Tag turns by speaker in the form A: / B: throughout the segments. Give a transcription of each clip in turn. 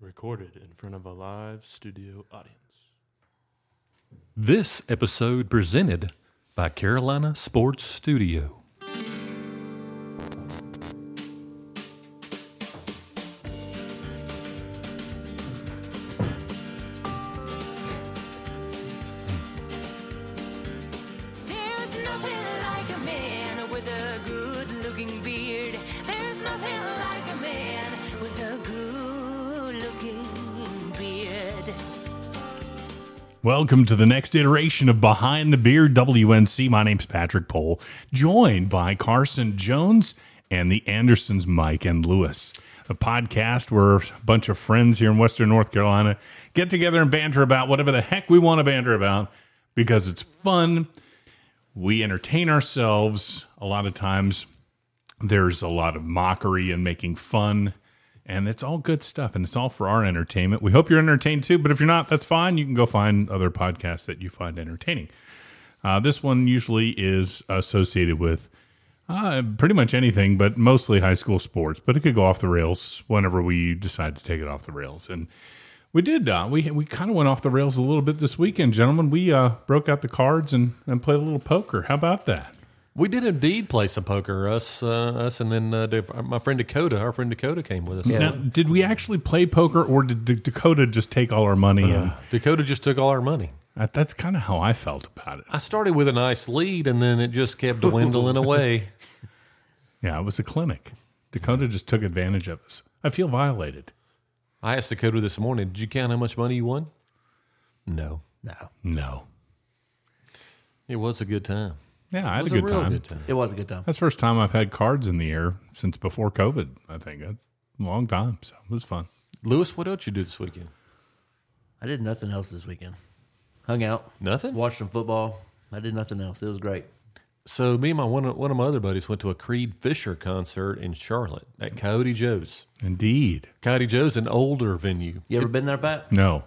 A: Recorded in front of a live studio audience.
B: This episode presented by Carolina Sports Studio.
C: There's nothing like a man with a good looking beard. There's nothing like a man with a good looking beard.
D: Welcome to the next iteration of Behind the Beard WNC. My name's Patrick Pohl, joined by Carson Jones and the Andersons, Mike and Lewis. A podcast where a bunch of friends here in Western North Carolina get together and banter about whatever the heck we want to banter about because it's fun. We entertain ourselves. A lot of times there's a lot of mockery and making fun and it's all good stuff and it's all for our entertainment we hope you're entertained too but if you're not that's fine you can go find other podcasts that you find entertaining uh, this one usually is associated with uh, pretty much anything but mostly high school sports but it could go off the rails whenever we decide to take it off the rails and we did uh, we, we kind of went off the rails a little bit this weekend gentlemen we uh, broke out the cards and, and played a little poker how about that
B: We did indeed play some poker. Us, uh, us, and then uh, Dave- my friend Dakota. Our friend Dakota came with us.
D: Now, did we actually play poker, or did D- Dakota just take all our money?
B: Uh-huh.
D: And
B: Dakota just took all our money.
D: Uh, that's kind of how I felt about it.
B: I started with a nice lead, and then it just kept dwindling away.
D: Yeah, it was a clinic. Dakota just took advantage of us. I feel violated.
B: I asked Dakota this morning, "Did you count how much money you won?" No.
E: No,
D: No.
B: It was a good time.
D: Yeah, I
B: It
D: had
B: was
D: a good
B: real
D: time.
B: good time.
E: it was a good time.
D: That's the first time I've had cards in the air since before COVID. I think a long time, so it was fun.
B: Lewis, what else you do this weekend?
E: I did nothing else this weekend. Hung out,
B: Nothing.
E: watched some football. I did nothing else. It was great.
B: So me and my one of, one of my other buddies went to a Creed Fisher concert in Charlotte at Coyote Joe's.
D: Indeed.
B: Coyote Joe's an older venue.
E: You ever been there, Pat?
D: No.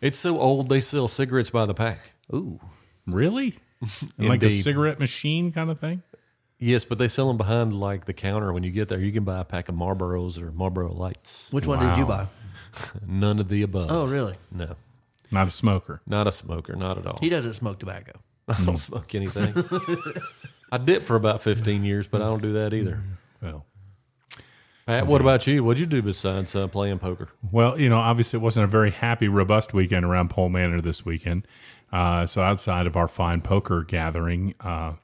B: It's so old they sell cigarettes by the pack.
E: Ooh,
D: Really? like a
B: Indeed.
D: cigarette machine kind of thing.
B: Yes, but they sell them behind like the counter. When you get there, you can buy a pack of Marlboros or Marlboro Lights.
E: which one did you buy?
B: None of the above.
E: Oh, really?
B: no,
D: Not a smoker.
B: not a smoker, not at all.
E: He doesn't smoke tobacco.
B: I don't smoke anything. I did for about fifteen years, but I don't do that either.
E: Mm-hmm.
D: Well.
B: Pat, what about you? What'd you do besides uh, playing poker?
D: Well, you know, obviously it wasn't a very happy, robust weekend around Pole Manor this weekend. Uh, so outside of our fine poker gathering, uh,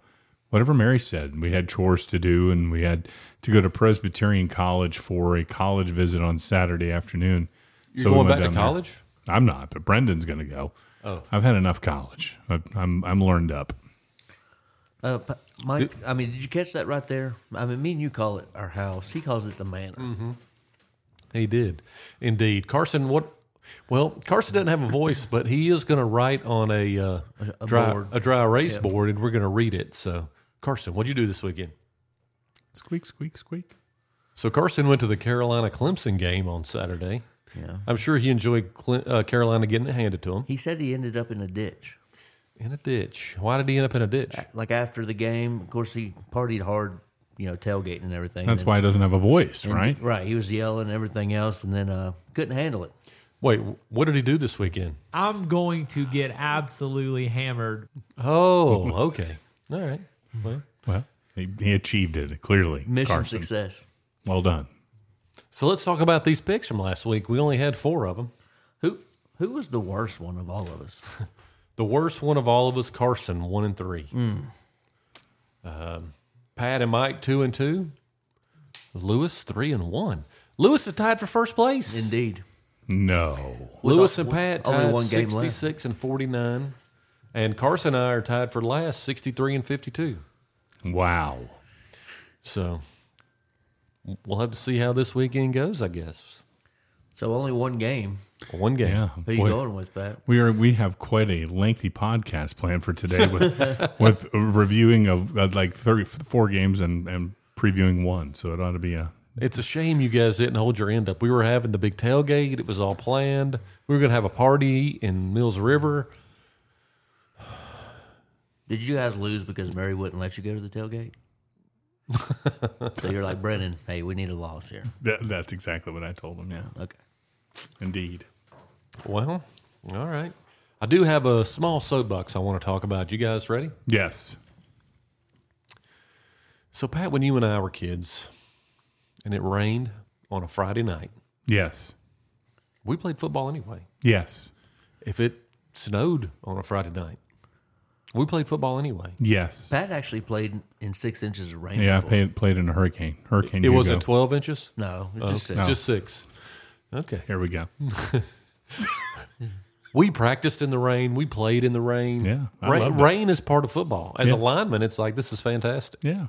D: whatever Mary said, we had chores to do, and we had to go to Presbyterian College for a college visit on Saturday afternoon.
B: You're
D: we
B: going
D: went
B: back to
D: down there.
B: college?
D: I'm not, but Brendan's going to go.
B: Oh.
D: I've had enough college. I've, I'm I'm learned up.
E: Uh, Pa- Mike, I mean, did you catch that right there? I mean, me and you call it our house. He calls it the manor.
D: Mm-hmm.
B: He did, indeed. Carson, what? Well, Carson doesn't have a voice, but he is going to write on a, uh,
E: a
B: dry
E: board.
B: a dry erase board, and we're going to read it. So, Carson, what'd you do this weekend?
D: Squeak, squeak, squeak.
B: So Carson went to the Carolina Clemson game on Saturday.
E: Yeah.
B: I'm sure he enjoyed Cle- uh, Carolina getting it handed to him
E: He said he ended up in a ditch.
B: in a ditch. Why did he end up in a ditch?
E: Like after the game, of course, he partied hard, you know, tailgating and everything.
D: That's
E: And-
D: why he doesn't have a voice, right?
E: Right. He was yelling and everything else, and then uh, couldn't handle it.
B: Wait, what did he do this weekend?
F: I'm going to get absolutely hammered.
B: Oh, okay, all right. Well,
D: Well, he, he achieved it clearly.
E: Mission
D: Carson.
E: success.
D: Well done.
B: so let's talk about these picks from last week. We only had four of them.
E: Who who was the worst one of all of us?
B: The worst one of all of us, Carson, one and three.
E: Hmm.
B: Um, Pat and Mike, two and two. Lewis, three and one. Lewis is tied for first place.
E: Indeed.
D: No.
B: Lewis
E: With-
B: and Pat
E: only
B: tied
E: one game left.
B: 66 and 49. And Carson and I are tied for last, 63 and 52.
D: Wow.
B: So we'll have to see how this weekend goes, I guess.
E: So only one game.
B: One game.
D: Yeah.
E: Who you
D: Oh, boy.
E: going with, Pat?
D: We are we have quite a lengthy podcast planned for today with with a reviewing of uh, like 30, four games and and previewing one. So it ought to be a
B: It's a shame you guys didn't hold your end up. We were having the big tailgate, it was all planned. We were going to have a party in Mills River.
E: Did you guys lose because Mary wouldn't let you go to the tailgate? so you're like Brennan. Hey, we need a loss here.
D: that, that's exactly what I told him. Yeah.
E: Okay.
D: Indeed.
B: Well, all right. I do have a small soapbox I want to talk about. You guys ready?
D: Yes.
B: So, Pat, when you and I were kids and it rained on a Friday night,
D: Yes.
B: we played football anyway.
D: Yes.
B: If it snowed on a Friday night, we played football anyway.
D: Yes.
E: Pat actually played in six inches of rain.
D: Yeah, I
E: before.
D: played, played in a hurricane. Hurricane.
B: It
D: Hugo.
B: wasn't 12 inches,
E: No,
D: Oh,
E: it's just six.
B: it's just six. Okay.
D: Here we go.
B: We practiced in the rain. We played in the rain.
D: Yeah, I
B: Ra-
D: loved it.
B: rain is part of football. As
D: Yes.
B: a lineman, it's like this is fantastic.
D: Yeah.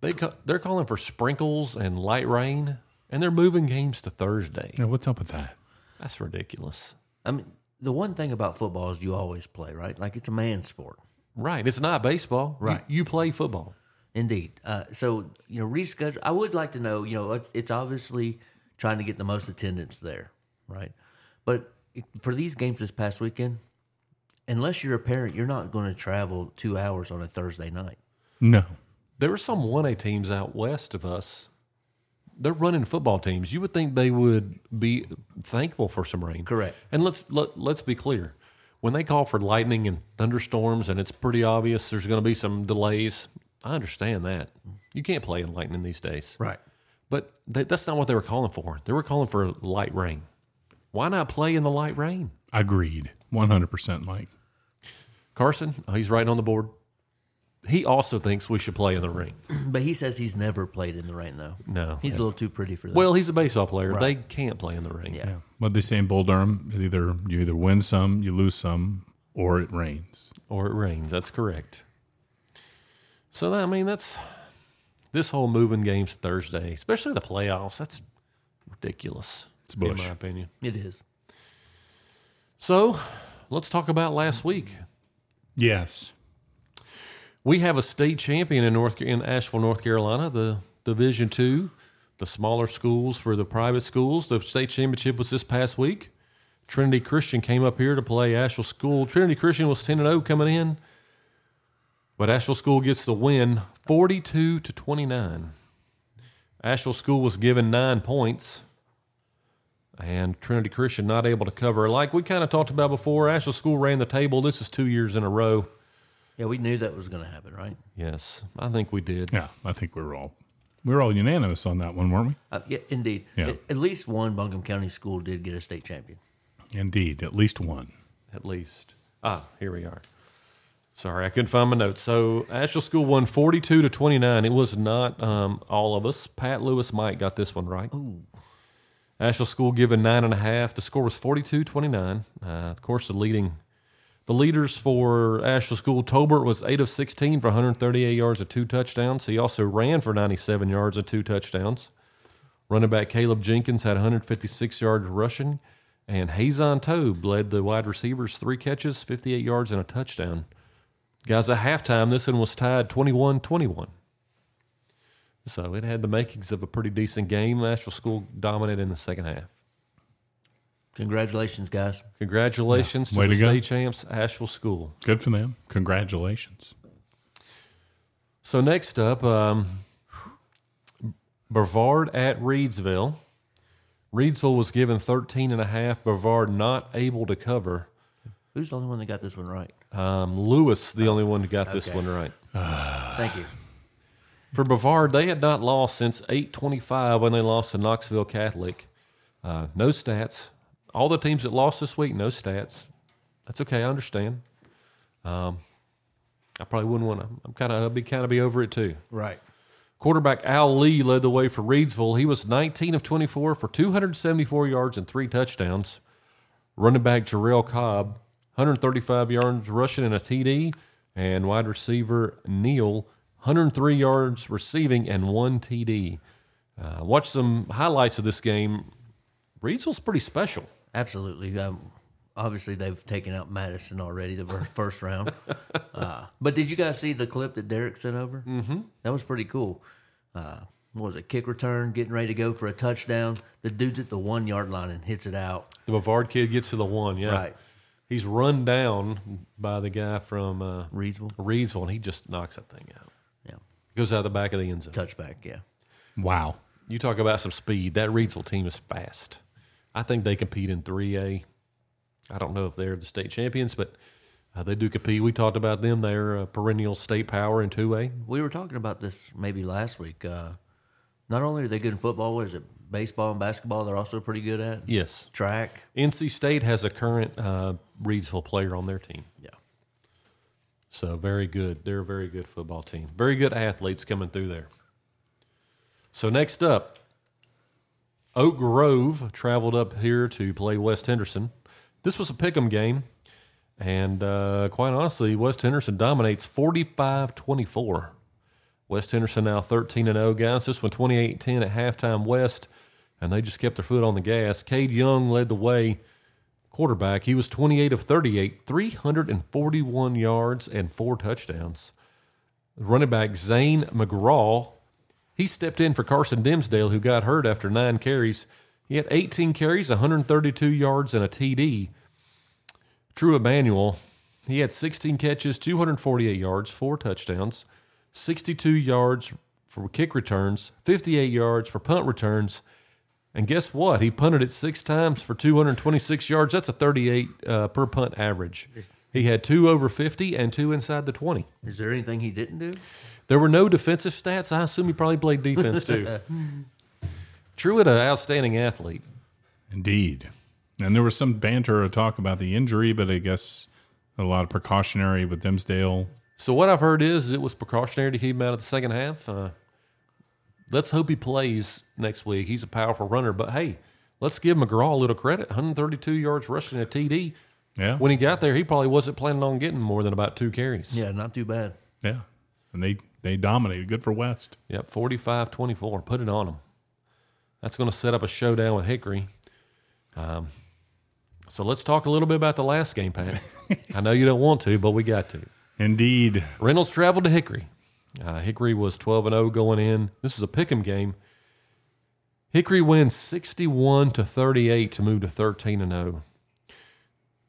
B: They ca- they're calling for sprinkles and light rain, and they're moving games to Thursday.
D: Yeah. What's up with that?
B: That's ridiculous.
E: I mean, the one thing about football is you always play, right? Like it's a man's sport.
B: Right? It's not baseball. You-
E: Right.
B: You, play football.
E: Indeed. Uh, so you know, reschedule. I would like to know. You know, it- it's obviously trying to get the most attendance there, right? But for these games this past weekend, unless you're a parent, you're not going to travel two hours on a Thursday night.
D: No.
B: There were some one A teams out west of us. They're running football teams. You would think they would be thankful for some rain.
E: Correct.
B: And let's let, let's be clear. When they call for lightning and thunderstorms, and it's pretty obvious there's going to be some delays, I understand that. You can't play in lightning these days.
E: Right.
B: But th- that's not what they were calling for. They were calling for light rain. Why not play in the light rain?
D: Agreed. One hundred percent, Mike.
B: Carson, oh, he's right on the board. He also thinks we should play in the rain.
E: But he says he's never played in the rain though.
B: No.
E: He's a little too pretty for that.
B: Well, he's a baseball player. They can't play in the rain.
E: Yeah.
D: Yeah. What they say in Bull Durham, it either you either win some, you lose some, or it rains.
B: Or it rains. That's correct. So, that, I mean, that's this whole moving games to Thursday, especially the playoffs. That's ridiculous. It's
D: bush.
B: In my opinion.
E: it is.
B: So, let's talk about last week.
D: Yes.
B: We have a state champion in North in Asheville, North Carolina, the Division Two, the smaller schools for the private schools. The state championship was this past week. Trinity Christian came up here to play Asheville School. Trinity Christian was ten and zero coming in, but Asheville School gets the win, forty two to twenty nine. Asheville School was given nine points, and Trinity Christian not able to cover. Like we kind of talked about before, Asheville School ran the table. This is two years in a row.
E: Yeah, we knew that was going to happen, right?
B: Yes, I think we did.
D: Yeah. I think we were all we were all unanimous on that one, weren't
E: Uh, yeah, indeed.
D: Yeah.
E: At, at least one Buncombe County school did get a state champion.
D: we? Indeed. At least one.
B: at least. Ah, here we are. Sorry, I couldn't find my notes. So Asheville School won forty-two to twenty-nine. It was not um, all of us. Pat Lewis, Mike got this one right. Asheville School given nine and a half. The score was 42-29. Uh, of course, the leading, the leaders for Asheville School, Tolbert was eight of sixteen for one hundred thirty-eight yards and two touchdowns. He also ran for ninety-seven yards and two touchdowns. Running back Caleb Jenkins had 156 yards rushing, and Hazon Tobe led the wide receivers three catches, 58 yards, and a touchdown. Guys, at halftime, this one was tied 21 21. So it had the makings of a pretty decent game. Asheville School dominated in the second half.
E: Congratulations, guys.
B: Congratulations
D: Way
B: to the
D: to go.
B: state champs, Asheville School.
D: Good for them. Congratulations.
B: So next up, um, Brevard at Reedsville. Reedsville was given 13 and a half. Brevard not able to cover.
E: Who's the only one that got this one right?
B: Um, Lewis, the only one who got this
E: Okay.
B: one right.
E: Thank you.
B: For Brevard, they had not lost since 825 when they lost to Knoxville Catholic. Uh, no stats. All the teams that lost this week, no stats. That's okay. I understand. Um, I probably wouldn't want to. I'm kind of I'd be kind of be over it too.
E: Right.
B: Quarterback Al Lee led the way for Reedsville. He was 19 of 24 for 274 yards and three touchdowns. Running back Jarrell Cobb, 135 yards rushing and a TD. And wide receiver Neal, 103 yards receiving and one TD. Uh, watch some highlights of this game. Reedsville's pretty special.
E: Absolutely. Um, obviously, they've taken out Madison already the ver- first round. Uh, but did you guys see the clip that Derek sent over? Mm-hmm. That was pretty cool. Uh, what was it? Kick return, getting ready to go for a touchdown. The dude's at the one yard line and hits it out.
B: The Bavard kid gets to the one, yeah.
E: Right.
B: He's run down by the guy from uh,
E: Reasonable.
B: Reedsville, and he just knocks that thing out.
E: Yeah.
B: Goes out the back of the end zone.
E: Touchback. Yeah.
D: Wow.
B: You talk about some speed. That Reedsville team is fast. I think they compete in 3A. I don't know if they're the state champions, but uh, they do compete. We talked about them. They're a perennial state power in 2A.
E: We were talking about this maybe last week. Uh, not only are they good in football, what is it? Baseball and basketball, they're also pretty good at.
B: Yes.
E: Track.
B: NC State has a current uh, Reedsville player on their team.
E: Yeah.
B: So very good. They're a very good football team. Very good athletes coming through there. So next up, Oak Grove traveled up here to play West Henderson. This was a pick'em game, and uh, quite honestly, West Henderson dominates 45-24. West Henderson now 13 and 0 guys. This one 28-10 at halftime West, and they just kept their foot on the gas. Cade Young led the way quarterback. He was 28 of 38, 341 yards and four touchdowns. Running back Zane McGraw, he stepped in for Carson Dimsdale, who got hurt after nine carries. He had 18 carries, 132 yards, and a TD. True Emmanuel, he had 16 catches, 248 yards, four touchdowns, 62 yards for kick returns, 58 yards for punt returns, and guess what? He punted it six times for 226 yards. That's a 38 uh, per punt average. He had two over 50 and two inside the 20.
E: Is there anything he didn't do?
B: There were no defensive stats. I assume he probably played defense too. Truitt, an outstanding athlete.
D: Indeed. And there was some banter or talk about the injury, but I guess a lot of precautionary with Dimsdale.
B: So what I've heard is it was precautionary to keep him out of the second half. Uh, let's hope he plays next week. He's a powerful runner, but hey, let's give McGraw a little credit. 132 yards rushing a TD.
D: Yeah.
B: When he got there, he probably wasn't planning on getting more than about two carries.
E: Yeah, not too bad.
D: yeah. And they, they dominated. Good for West.
B: Yep, 45 24. Put it on them. That's going to set up a showdown with Hickory. Um, so let's talk a little bit about the last game, Pat. I know you don't want to, but we got to.
D: Indeed.
B: Reynolds traveled to Hickory. Uh, Hickory was 12 and 0 going in. This was a pick 'em game. Hickory wins 61 to 38 to move to 13 and 0.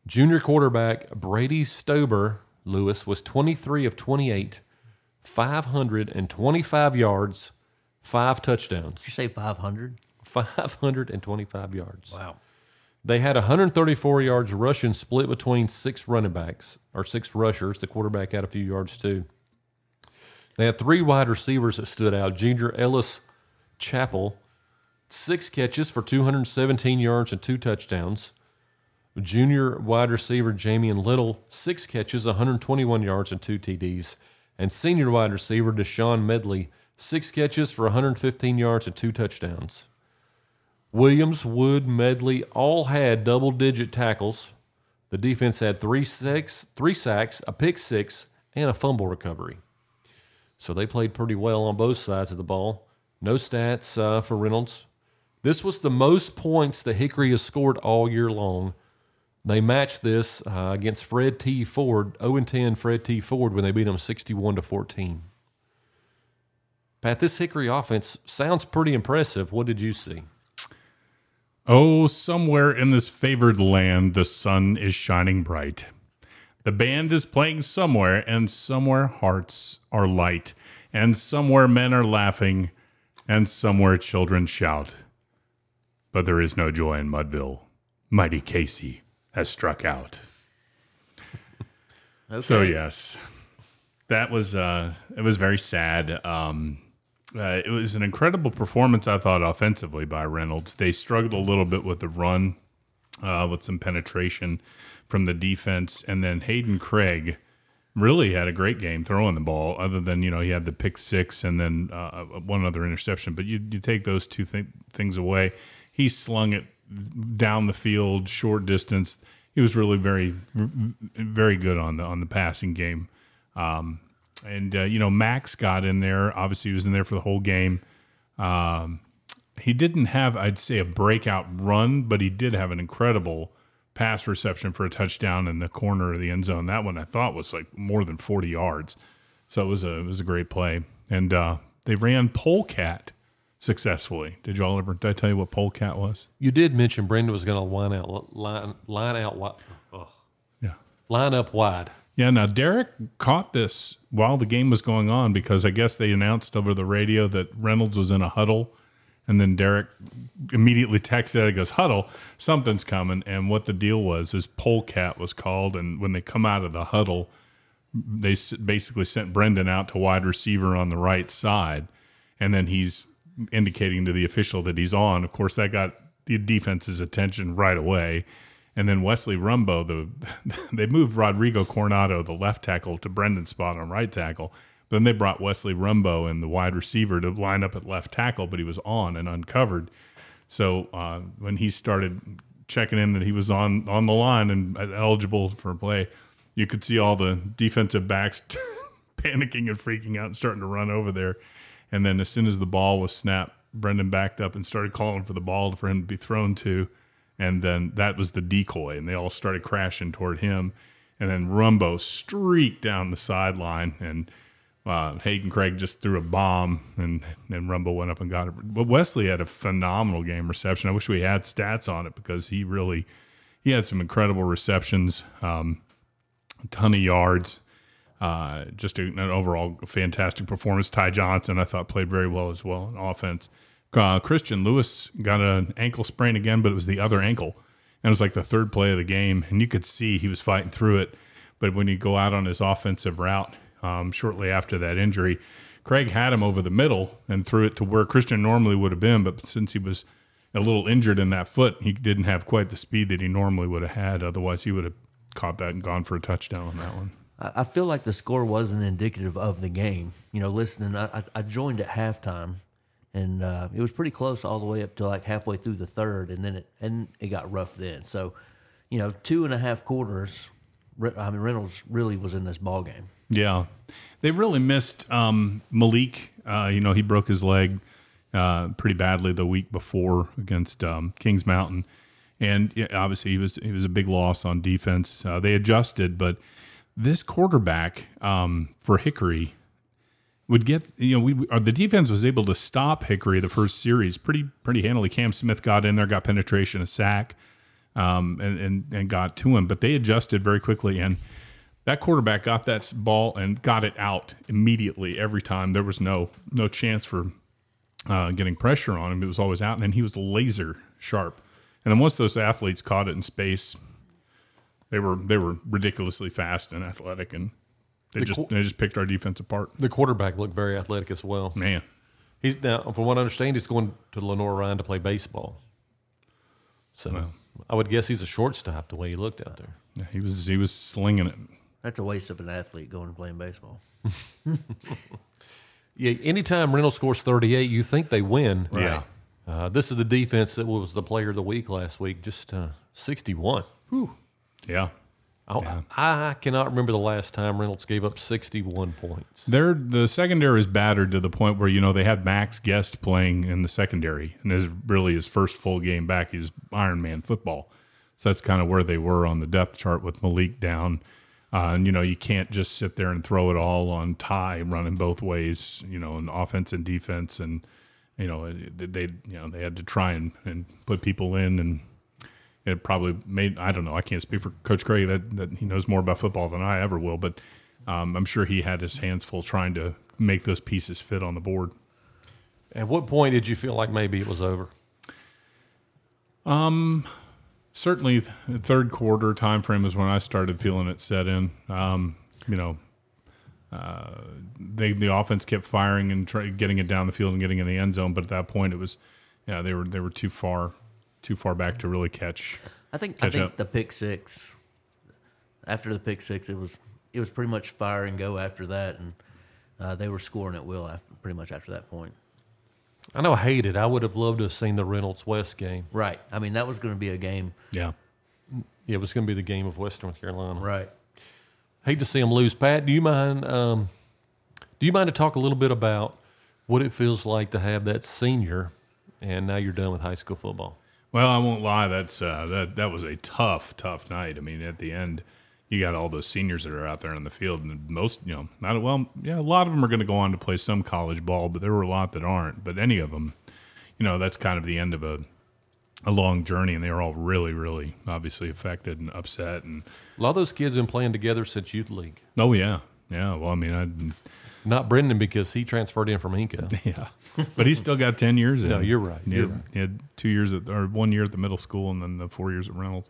B: Junior quarterback Brady Stober Lewis was 23 of 28, 525 yards, five touchdowns.
E: Did you say 500?
B: 525 yards.
E: Wow.
B: They had 134 yards rushing split between six running backs or six rushers. The quarterback had a few yards too. They had three wide receivers that stood out. Junior Ellis Chapel, six catches for 217 yards and two touchdowns. Junior wide receiver Jamian Little, six catches, 121 yards and two TDs. And senior wide receiver Deshaun Medley, six catches for 115 yards and two touchdowns. Williams, Wood, Medley all had double digit tackles. The defense had three sacks, three sacks, a pick six, and a fumble recovery. So they played pretty well on both sides of the ball. No stats uh, for Reynolds. This was the most points the Hickory has scored all year long. They matched this uh, against Fred T. Ford, 0 10 Fred T. Ford, when they beat him 61 to 14. Pat, this Hickory offense sounds pretty impressive. What did you see?
D: Oh, somewhere in this favored land, the sun is shining bright. The band is playing somewhere, and somewhere hearts are light, and somewhere men are laughing, and somewhere children shout. But there is no joy in Mudville. Mighty Casey has struck out.
E: Okay.
D: So yes, that was uh, it was very sad. Um, uh, it was an incredible performance, I thought, offensively by Reynolds. They struggled a little bit with the run, uh, with some penetration from the defense, and then Hayden Craig really had a great game throwing the ball. Other than you know he had the pick six and then uh, one other interception, but you you take those two th- things away, he slung it down the field, short distance. He was really very very good on the on the passing game. Um, and uh, you know Max got in there. Obviously, he was in there for the whole game. Um, he didn't have, I'd say, a breakout run, but he did have an incredible pass reception for a touchdown in the corner of the end zone. That one I thought was like more than 40 yards. So it was a it was a great play. And uh, they ran polecat successfully. Did y'all ever? Did I tell you what polecat was?
B: You did mention Brenda was going to line out line line out wi- ugh,
D: Yeah.
B: line up wide.
D: Yeah, now Derek caught this while the game was going on because I guess they announced over the radio that Reynolds was in a huddle And then Derek immediately texts Eddie, goes, huddle, something's coming. And what the deal was is Polecat was called. And when they come out of the huddle, they s- basically sent Brendan out to wide receiver on the right side, and then he's indicating to the official that he's on. Of course, that got the defense's attention right away. And then Wesley Rumbo, the they moved Rodrigo Coronado, the left tackle, to Brendan's spot on right tackle. Then they brought Wesley Rumbo and the wide receiver to line up at left tackle, but he was on and uncovered. So uh, when he started checking in that he was on on the line and uh, eligible for play, you could see all the defensive backs panicking and freaking out and starting to run over there. And then as soon as the ball was snapped, Brendan backed up and started calling for the ball for him to be thrown to. And then that was the decoy, and they all started crashing toward him. And then Rumbo streaked down the sideline, and uh, Hayden Craig just threw a bomb, and and Rumble went up and got it. But Wesley had a phenomenal game reception. I wish we had stats on it because he really he had some incredible receptions, um, a ton of yards, uh, just an overall fantastic performance. Ty Johnson, I thought, played very well as well in offense. Uh, Christian Lewis got an ankle sprain again, but it was the other ankle. And it was like the third play of the game. And you could see he was fighting through it. But when you go out on his offensive route um, shortly after that injury, Craig had him over the middle and threw it to where Christian normally would have been. But since he was a little injured in that foot, he didn't have quite the speed that he normally would have had. Otherwise, he would have caught that and gone for a touchdown on that one.
E: I I feel like the score wasn't indicative of the game. You know, listening, I, I- I joined at halftime, and uh, it was pretty close all the way up to like halfway through the third, and then it and it got rough then. So, you know, two and a half quarters. Re- I mean, Reynolds really was in this ball game.
D: Yeah, they really missed um, Malik. Uh, you know, he broke his leg uh, pretty badly the week before against um, Kings Mountain, and yeah, obviously he was he was a big loss on defense. Uh, they adjusted, but this quarterback um, for Hickory would get you know we or the defense was able to stop Hickory the first series pretty pretty handily. Cam Smith got in there, got penetration, a sack, um, and and and got to him, but they adjusted very quickly and that quarterback got that s- ball and got it out immediately every time. There was no no chance for uh, getting pressure on him. It was always out, and then he was laser sharp. And then once those athletes caught it in space, they were they were ridiculously fast and athletic, and they
B: The
D: just
B: qu-
D: they just picked our defense apart.
B: The quarterback looked very athletic as well.
D: Man,
B: He's now, from what I understand, he's going to Lenore Ryan to play baseball. So I would guess he's a shortstop the way he looked out there.
D: yeah, he was he was slinging it.
E: That's a waste of an athlete going and playing baseball.
B: Yeah, anytime Reynolds scores 38, you think they win.
D: Yeah.
B: Uh, this is the defense that was the player of the week last week, just uh, 61.
D: Yeah.
B: I, I cannot remember the last time Reynolds gave up 61 points.
D: They're, the secondary is battered to the point where you know they had Max Guest playing in the secondary, and is really his first full game back. He's Iron Man football, so that's kind of where they were on the depth chart with Malik down. Uh, and you know you can't just sit there and throw it all on Ty running both ways, you know, in offense and defense, and you know they they- you know they had to try and, and put people in and it probably made I don't know I can't speak for Coach Craig that, that he knows more about football than I ever will, but um, I'm sure he had his hands full trying to make those pieces fit on the board.
B: At what point did you feel like maybe it was over?
D: Certainly, th- the third quarter time frame is when I started feeling it set in. Um, you know, uh, they the offense kept firing and try, getting it down the field and getting in the end zone, but at that point it was yeah they were they were too far too far back to really catch.
E: I think I
D: Catch
E: think
D: up.
E: the pick six. After the pick six, it was it was pretty much fire and go after that, and uh, they were scoring at will after pretty much after that point.
B: I know I hate it. I would have loved to have seen the Reynolds West game.
E: Right. I mean, that was going to be a game.
D: Yeah.
B: Yeah, it was going to be the game of West North Carolina.
E: Right.
B: Hate to see them lose. Pat, do you mind? Um, do you mind to talk a little bit about what it feels like to have that senior, and now you're done with high school football?
D: Well, I won't lie. That's uh, that that was a tough, tough night. I mean, at the end, you got all those seniors that are out there on the field, and most, you know, not well, yeah, a lot of them are going to go on to play some college ball, but there were a lot that aren't. But any of them, you know, that's kind of the end of a a long journey, and they were all really, really obviously affected and upset and
B: A lot of those kids have been playing together since youth league.
D: Oh yeah, yeah. Well, I mean, I
B: Not Brendan because he transferred in from Inca.
D: Yeah, but he's still got ten years. In.
B: No, you're right.
D: He
B: You're
D: had, he had two years at, or one year at the middle school, and then the four years at Reynolds.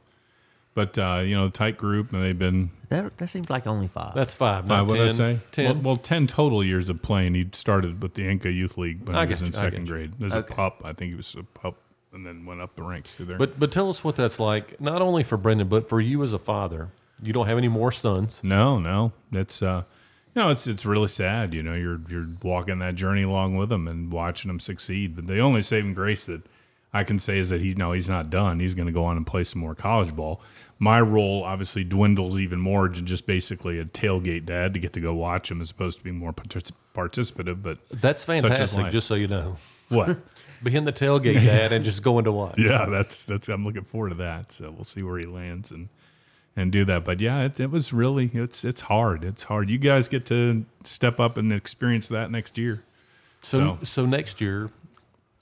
D: But uh, you know, tight group, and they've been
E: That, that seems like only five.
B: That's five.
D: uh,
B: Not
D: what
B: ten.
D: did I say?
B: Ten.
D: Well, well, ten total years of playing. He started with the Inca Youth League when
B: I
D: he was
B: got
D: in
B: you, I got
D: second
B: you.
D: grade. As
E: Okay.
D: a pup, I think he was a pup, and then went up the ranks through there.
B: but but tell us what that's like, not only for Brendan, but for you as a father. You don't have any more sons.
D: No, no, that's uh, you know, it's it's really sad. You know, you're you're walking that journey along with him and watching him succeed. But the only saving grace that I can say is that he's no, he's not done. He's going to go on and play some more college ball. My role obviously dwindles even more to just basically a tailgate dad to get to go watch him, as opposed to be more partic- participative. But
B: That's
D: Mm. such is
B: fantastic.
D: life.
B: Just so you know,
D: what?
B: behind the tailgate, Dad, and just going to watch.
D: yeah, that's that's I'm looking forward to that. So we'll see where he lands and and do that. But yeah, it, it was really it's it's hard. It's hard. You guys get to step up and experience that next year.
B: So,
D: So-
B: so next year,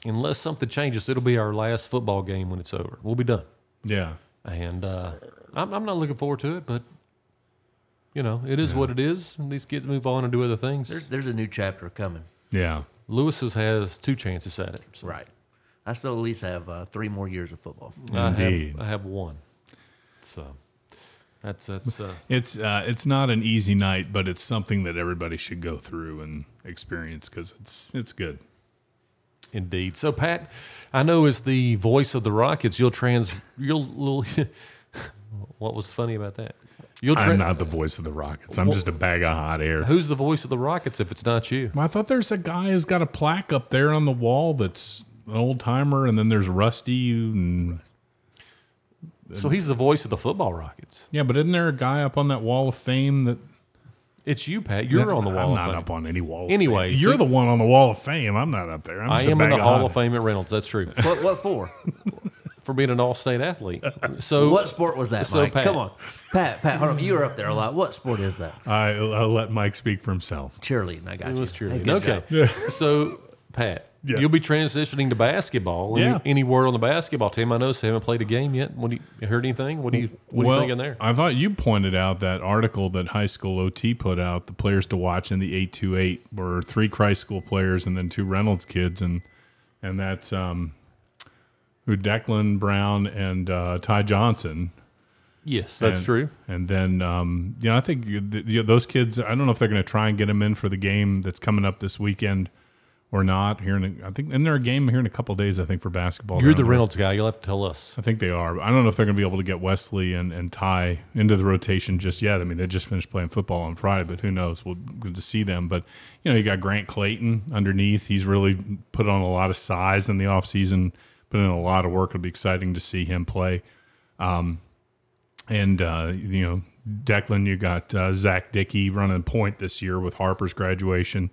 B: unless something changes, it'll be our last football game when it's over. We'll be done,
D: Yeah.
B: and uh, I'm, I'm not looking forward to it, but you know, it is what it is. And these kids move on and do other things.
E: there's, there's a new chapter coming.
D: Yeah.
B: Lewis's has two chances at it. So
E: Right. I still at least have uh, three more years of football.
D: Indeed.
B: I have, I have one. So that's that's uh,
D: It's uh, it's not an easy night, but it's something that everybody should go through and experience because it's it's good.
B: Indeed. So Pat, I know as the voice of the Rockets, you'll trans you'll little what was funny about that? You'll tra-
D: I'm not the voice of the Rockets. I'm just a bag of hot air.
B: Who's the voice of the Rockets if it's not you?
D: Well, I thought there's a guy who's got a plaque up there on the wall that's an old timer, and then there's Rusty. And,
B: So he's the voice of the football Rockets.
D: yeah, but isn't there a guy up on that wall of fame that
B: It's you, Pat. You're on the
D: I'm
B: wall. of
D: not
B: fame.
D: up on any wall. of
B: Anyway,
D: fame. you're
B: so-
D: the one on the wall of fame. I'm not up there. I'm
B: I
D: just a
B: am in
D: bag
B: the Hall
D: hot-
B: of Fame at Reynolds. That's true.
E: What, what for?
B: For being an all-state athlete. So
E: what sport was that,
B: So,
E: Mike?
B: Pat-
E: Come on. Pat, Pat, hold on. You were up there a lot. What sport is that?
D: I, I'll let Mike speak for himself.
E: Cheerleading. I got
B: It
E: you.
B: was cheerleading.
E: Hey, good
B: Okay.
E: job.
B: So, Pat,
D: Yeah.
B: you'll be transitioning to basketball. Any,
D: Yeah.
B: any word on the basketball team? I know they haven't played a game yet. What do you, you heard anything? What do you what
D: well,
B: are you thinking there?
D: I thought you pointed out that article that high school OT put out, the players to watch in the eight two eight were three Christ school players and then two Reynolds kids, and and that's um, who Declan Brown and uh, Ty Johnson.
B: yes, that's
D: And-
B: true.
D: And then, um, you know, I think you, th- you those kids. I don't know if they're going to try and get them in for the game that's coming up this weekend or not. Here, in a, I think, and they're a game here in a couple days. I think for basketball.
B: You're
D: I
B: the
D: don't know.
B: Reynolds guy. You'll have to tell us.
D: I think they are. I don't know if they're going to be able to get Wesley and, and Ty into the rotation just yet. I mean, they just finished playing football on Friday, but who knows? We'll good to see them. But, you know, you got Grant Clayton underneath. He's really put on a lot of size in the offseason, put in a lot of work. It'll be exciting to see him play. Um, and, uh, you know, Declan, you got uh, Zach Dickey running point this year with Harper's graduation.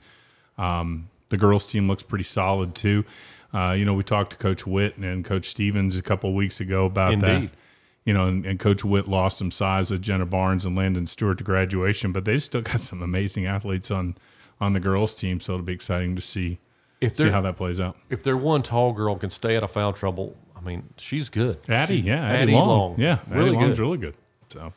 D: Um, The girls' team looks pretty solid too. Uh, you know, we talked to Coach Witt and Coach Stevens a couple of weeks ago about
B: Indeed.
D: that. You know, and, and Coach Witt lost some size with Jenna Barnes and Landon Stewart to graduation, but they've still got some amazing athletes on on the girls' team. So it'll be exciting to see
B: If
D: see
B: they're-
D: how that plays out.
B: If their one tall girl can stay out of foul trouble, I mean, she's good.
D: Addie,
B: She-
D: yeah, Addie, Long. yeah, Addie
B: really
D: Long's
B: good.
D: really good. So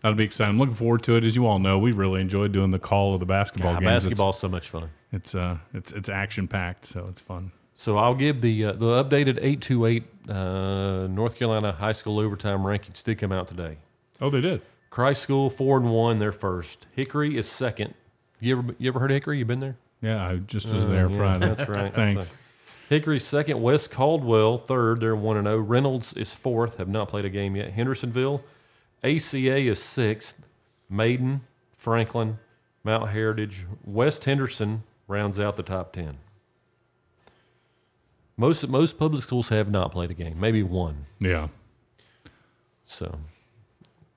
D: that'll be exciting. I'm looking forward to it. As you all know, we really enjoyed doing the call of the basketball
B: Ah,
D: games. It's-
B: basketball's so much fun.
D: It's, uh, it's it's action packed, so it's fun.
B: So I'll give the uh, the updated eight two eight uh, North Carolina high school overtime rankings did come out today.
D: Oh, they did.
B: Christ School four and one. They're first. Hickory is second. You ever you ever heard of Hickory? You been there?
D: Yeah, I just was there Friday.
B: Uh, That's right.
D: Thanks.
B: So, Hickory's second. West Caldwell third. They're one and zero. Reynolds is fourth. Have not played a game yet. Hendersonville, ACA is sixth. Maiden, Franklin, Mount Heritage, West Henderson rounds out the top ten. Most most public schools have not played a game. Maybe one.
D: Yeah.
B: So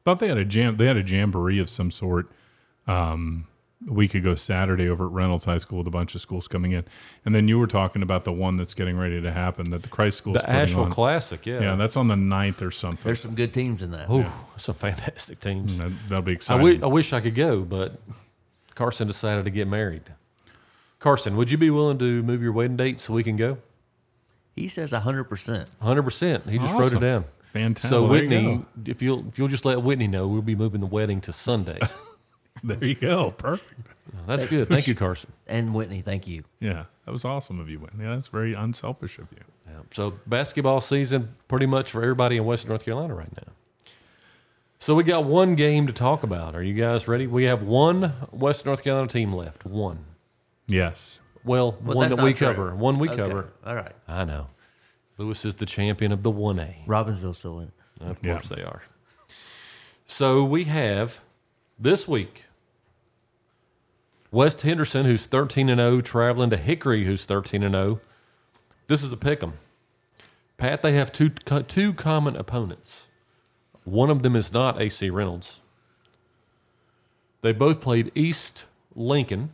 D: Thought they had a jam. They had a jamboree of some sort um, a week ago Saturday over at Reynolds High School with a bunch of schools coming in, and then you were talking about the one that's getting ready to happen that the Christ School.
B: the Asheville
D: on.
B: Classic. Yeah.
D: Yeah, that's on the 9th or something.
E: There's some good teams in that.
B: Ooh, some fantastic teams.
D: That, will be
B: I
D: Mm-hmm. exciting.
B: wi- I wish I could go, but Carson decided to get married. Carson, would you be willing to move your wedding date so we can go?
E: He says 100%.
B: 100%. He just wrote it
D: Awesome.
B: down.
D: Fantastic.
B: So
D: Well, there you
B: Whitney,
D: go.
B: if you'll if you'll just let Whitney know, we'll be moving the wedding to Sunday.
D: there you go. Perfect.
B: That's good. Thank you, Carson.
E: And Whitney, thank you.
D: Yeah, that was awesome of you, Whitney. That's very unselfish of you.
B: Yeah. So basketball season pretty much for everybody in Western North Carolina right now. So we got one game to talk about. Are you guys ready? We have one Western North Carolina team left. One.
D: Yes.
B: Well,
E: Well,
B: one
E: that's
B: that we
E: not true.
B: cover. One we
E: Okay.
B: cover.
E: All right.
B: I know. Lewis is the champion of the one A.
E: Robbinsville's still in it.
B: Of
D: Yeah.
B: course they are. So we have this week West Henderson, who's 13 and 0, traveling to Hickory, who's 13 and 0. This is a pick 'em. Pat, they have two co- two common opponents. One of them is not AC Reynolds. They both played East Lincoln.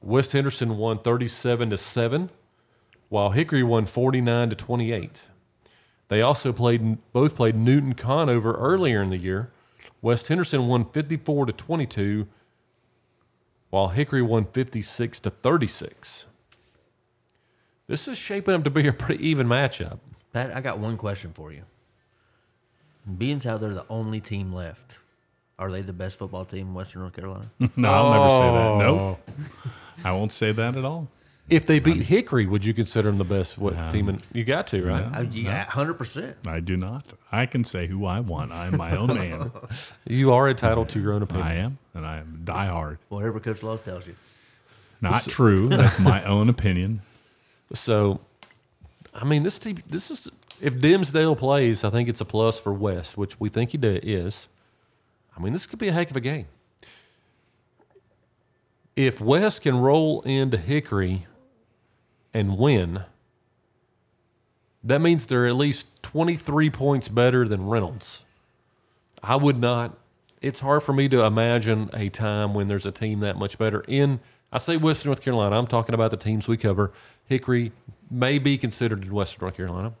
B: West Henderson won 37 to 7, while Hickory won 49 to 28. They also played both played Newton Conover earlier in the year. West Henderson won 54 to 22, while Hickory won 56 to 36. This is shaping up to be a pretty even matchup.
E: Pat, I got one question for you. Being how they're the only team left, are they the best football team in Western North Carolina?
D: No, I'll never say that. Nope. I won't say that at all.
B: If they beat Hickory, would you consider them the best what team? In, you got to right.
E: I- you- a Hundred percent.
D: I do not. I can say who I want. I'm my own man.
B: You are entitled to your own opinion.
D: I am, and I am diehard.
E: Whatever Coach Laws tells you.
D: Not true. That's my own opinion.
B: So, I mean, this team, this is if Dimsdale plays, I think it's a plus for West, which we think he do- is. I mean, this could be a heck of a game. If West can roll into Hickory and win, that means they're at least 23 points better than Reynolds. I would not. It's hard for me to imagine a time when there's a team that much better. In I say Western North Carolina. I'm talking about the teams we cover. Hickory may be considered in Western North Carolina.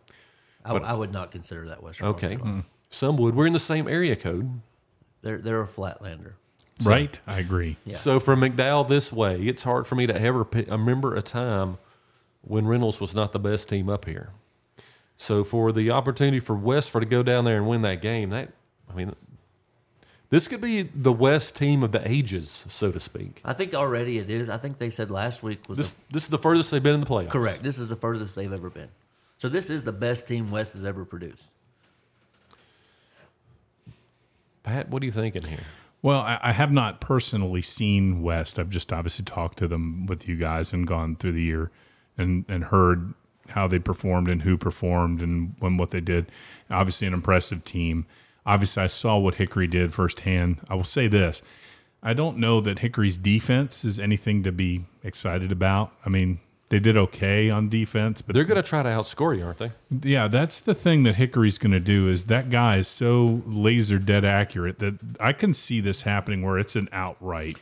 E: I, I would not consider that Western. North
B: Okay,
E: Carolina.
B: some would. We're in the same area code.
E: They're they're a flatlander.
D: Right? I agree.
E: Yeah.
B: So from McDowell this way, it's hard for me to ever pi- remember a time when Reynolds was not the best team up here. So for the opportunity for Westford to go down there and win that game, that I mean, this could be the West team of the ages, so to speak.
E: I think already it is. I think they said last week was
B: This
E: the-
B: this is the furthest they've been in the playoffs.
E: correct. This is the furthest they've ever been. So this is the best team West has ever produced.
B: Pat, what are you thinking here?
D: Well, I, I have not personally seen West. I've just obviously talked to them with you guys and gone through the year and, and heard how they performed and who performed and when what they did. Obviously, an impressive team. Obviously, I saw what Hickory did firsthand. I will say this I don't know that Hickory's defense is anything to be excited about. I mean, they did okay on defense, but
B: They're going to try to outscore you, aren't they?
E: Oh,
D: yeah, that's the thing that Hickory's going to do is that guy is so laser dead accurate that I can see this happening where it's an outright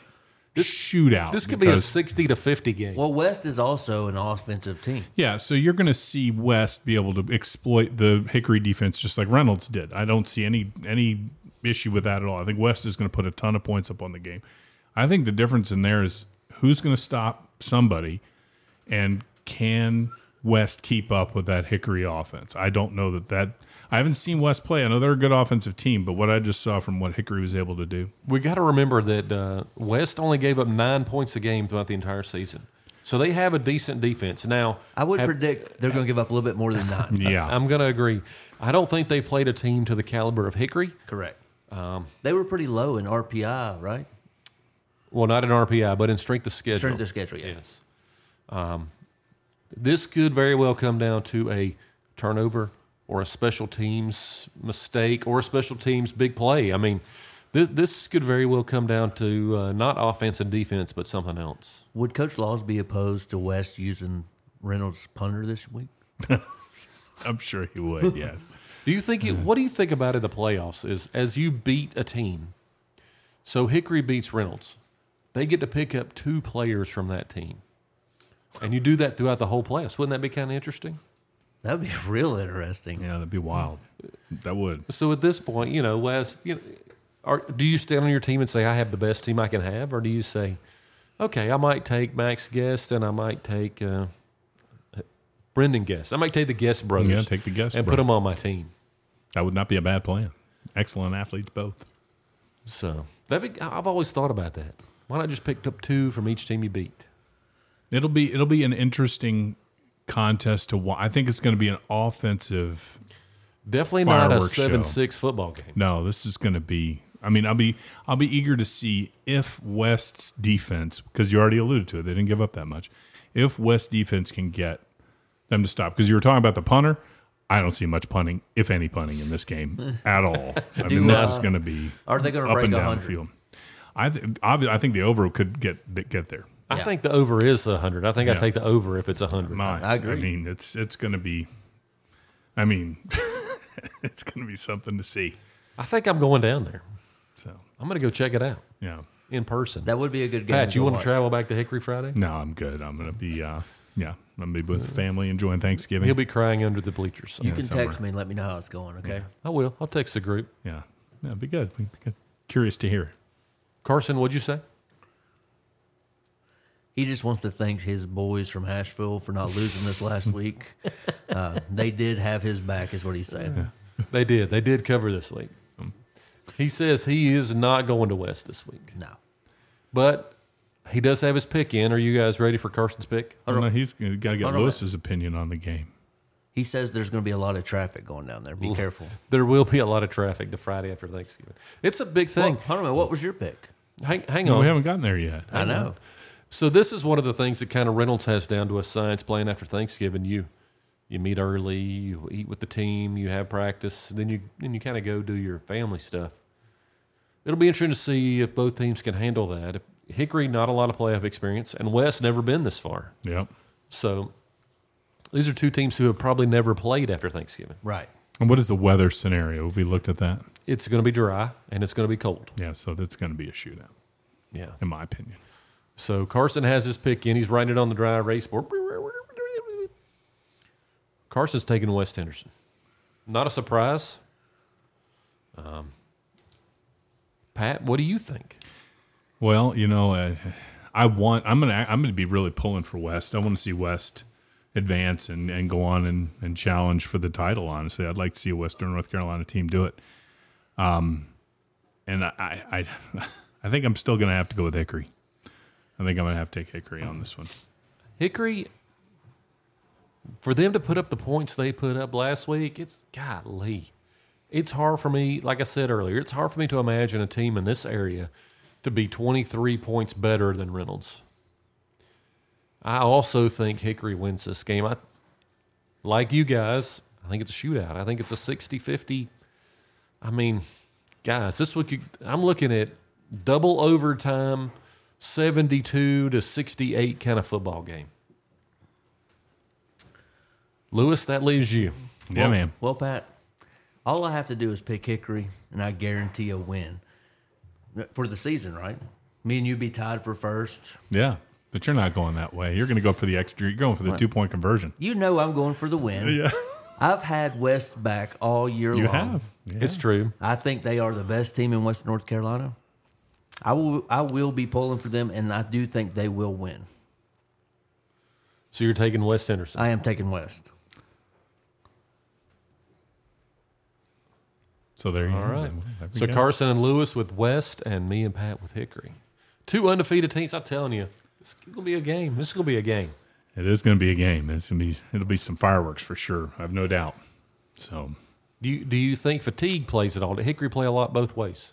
D: shootout.
B: This could be a
D: because-
B: sixty to fifty game.
E: Well, West is also an offensive team.
D: yeah. So you're going to see West be able to exploit the Hickory defense just like Reynolds did. I don't see any any issue with that at all. I think West is going to put a ton of points up on the game. I think the difference in there is who's going to stop somebody and can West keep up with that Hickory offense? I don't know that that I haven't seen West play. I know they're a good offensive team, but what I just saw from what Hickory was able to do,
B: We got to remember that uh, West only gave up nine points a game throughout the entire season, so they have a decent defense. Now,
E: I would
B: have-
E: predict they're going to give up a little bit more than nine.
D: yeah,
B: I'm going to agree. I don't think they played a team to the caliber of Hickory.
E: Correct.
B: Um,
E: they were pretty low in RPI, right?
B: Well, not in RPI, but in strength of schedule.
E: Strength of schedule, yeah.
B: Yes. Um, this could very well come down to a turnover or a special teams mistake or a special teams big play. I mean, this this could very well come down to uh, not offense and defense, but something else.
E: Would Coach Laws be opposed to West using Reynolds punter this week?
D: I'm sure he would. Yes.
B: Do you think it, what do you think about in the playoffs is as you beat a team? So Hickory beats Reynolds. They get to pick up two players from that team. And you do that throughout the whole playoffs. Wouldn't that be kind of interesting?
E: That would be real interesting.
D: yeah, that'd be wild. That would.
B: So at this point, you know, Wes, you know, are, do you stand on your team and say, I have the best team I can have? Or do you say, okay, I might take Max Guest and I might take uh, Brendan Guest. I might take the Guest brothers.
D: Yeah, take the Guest
B: And put
D: brothers.
B: them on my team.
D: That would not be a bad plan. Excellent athletes, both.
B: So that be, I've always thought about that. Why not just pick up two from each team you beat?
D: It'll be it'll be an interesting contest to watch. I think it's going to be an offensive.
B: Definitely not a
D: Fireworks show.
B: seven six football game.
D: No, this is going to be. I mean, I'll be I'll be eager to see if West's defense because you already alluded to it. They didn't give up that much. If West's defense can get them to stop, because you were talking about the punter. I don't see much punting, if any punting, in this game at all. I mean, this
E: uh,
D: is going to be
E: Are they going to
D: up
E: break
D: and down the
E: 100?
D: field. I th- obvi- I think the over could get get there.
B: I think the over is hundred. I think I
D: Yeah.
B: take the over if it's hundred.
D: My,
E: I agree.
D: I mean, it's it's going to be. I mean, it's going to be something to see.
B: I think I'm going down there.
D: So
B: I'm gonna go check it out
D: yeah,
B: in person.
E: That would be a good game.
B: Pat, you
E: want
B: want to travel back to Hickory Friday?
D: no, I'm good. I'm going to be. Uh, yeah, I'm going to be with the family enjoying Thanksgiving.
B: He'll be crying under the bleachers. so-
E: You can
D: somewhere.
E: text me and let me know how it's going, okay?
B: I will. I'll text the group.
D: yeah, yeah, it'd be good. We'd be good. Curious to hear.
B: Carson, what'd you say?
E: He just wants to thank his boys from Asheville for not losing this last week. Uh, they did have his back, is what he's saying.
B: They did. They did cover this week. He says he is not going to West this week,
E: No.
B: but he does have his pick in. Are you guys ready for Carson's pick?
D: I don't know. He's got to get
E: Hold on.
D: Lewis's opinion on the game.
E: He says there's going to be a lot of traffic going down there. Be careful.
B: There will be a lot of traffic the Friday after Thanksgiving. It's a big thing.
E: Well, hold on a minute, What was your pick?
B: hang, hang
D: No, we
B: on.
D: haven't gotten there yet.
E: I know.
B: So this is one of the things that kind of Reynolds has down to a science plan after Thanksgiving. You you meet early, you eat with the team, you have practice, then you then you kind of go do your family stuff. It'll be interesting to see if both teams can handle that. If Hickory not a lot of playoff experience, and West never been this far.
D: Yep.
B: So these are two teams who have probably never played after Thanksgiving.
E: Right.
D: And what is the weather scenario? Have we looked at that?
B: It's going to be dry and it's going to be cold.
D: Yeah, so that's going to be a shootout,
B: Yeah.
D: in my opinion.
B: So Carson has his pick in. He's writing it on the dry erase board. Carson's taking West Henderson. Not a surprise. Um, Pat, what do you think?
D: Well, you know, I, I want I'm gonna I'm gonna be really pulling for West. I want to see West advance and, and go on and, and challenge for the title. Honestly, I'd like to see a Western North Carolina team do it. Um, and I I I, I think I'm still gonna have to go with Hickory. I think I'm gonna have to take Hickory on this one.
B: Hickory, for them to put up the points they put up last week, it's golly. It's hard for me, like I said earlier, it's hard for me to imagine a team in this area to be 23 points better than Reynolds. I also think Hickory wins this game. I, like you guys, I think it's a shootout. I think it's a 60 50. I mean, guys, this week you, I'm looking at double overtime, 72 to 68 kind of football game. Lewis, that leaves you.
D: Yeah, man.
E: Well, Pat, all I have to do is pick Hickory, and I guarantee a win for the season, right? Me and you be tied for first.
D: Yeah, but you're not going that way. You're gonna go for the extra. You're going for the two point conversion.
E: You know I'm going for the win. Yeah. I've had West back all year
D: You
E: long.
D: have. Yeah.
B: It's true.
E: I think they are the best team in Western North Carolina. I will I will be pulling for them, and I do think they will win.
B: So you're taking West Henderson.
E: I am taking West.
D: So there you
B: All
D: go.
B: right.
D: There we
B: So
D: go.
B: Carson and Lewis with West, and me and Pat with Hickory. Two undefeated teams. I'm telling you, it's gonna be a game. This is gonna be a game.
D: It is going to be a game. It's going to be it'll be some fireworks for sure. I've no doubt. So,
B: Do you, do you think fatigue plays at all? Did Hickory play a lot both ways?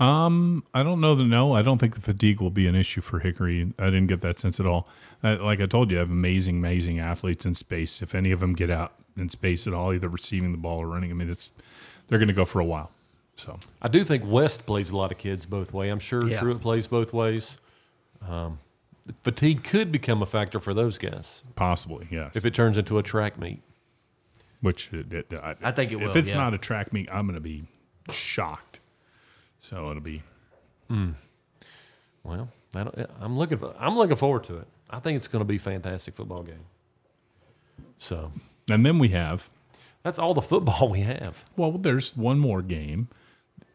D: um, I don't know the no. I don't think the fatigue will be an issue for Hickory. I didn't get that sense at all. I, like I told you, I have amazing, amazing athletes in space. If any of them get out in space at all, either receiving the ball or running, I mean, it's they're going to go for a while. So,
B: I do think West plays a lot of kids both way. I'm sure
E: Yeah.
B: Truett plays both ways. Um, fatigue could become a factor for those guys
D: possibly yes.
B: if it turns into a track meet.
D: Which it, it, I,
E: I think it
D: if
E: will,
D: it's
E: yeah.
D: not a track meet, I'm going to be shocked. So it'll be
B: Well, I don't- I'm looking for, I'm looking forward to it. I think it's going to be a fantastic football game. So
D: and then we have
B: that's all the football we have.
D: Well, there's one more game.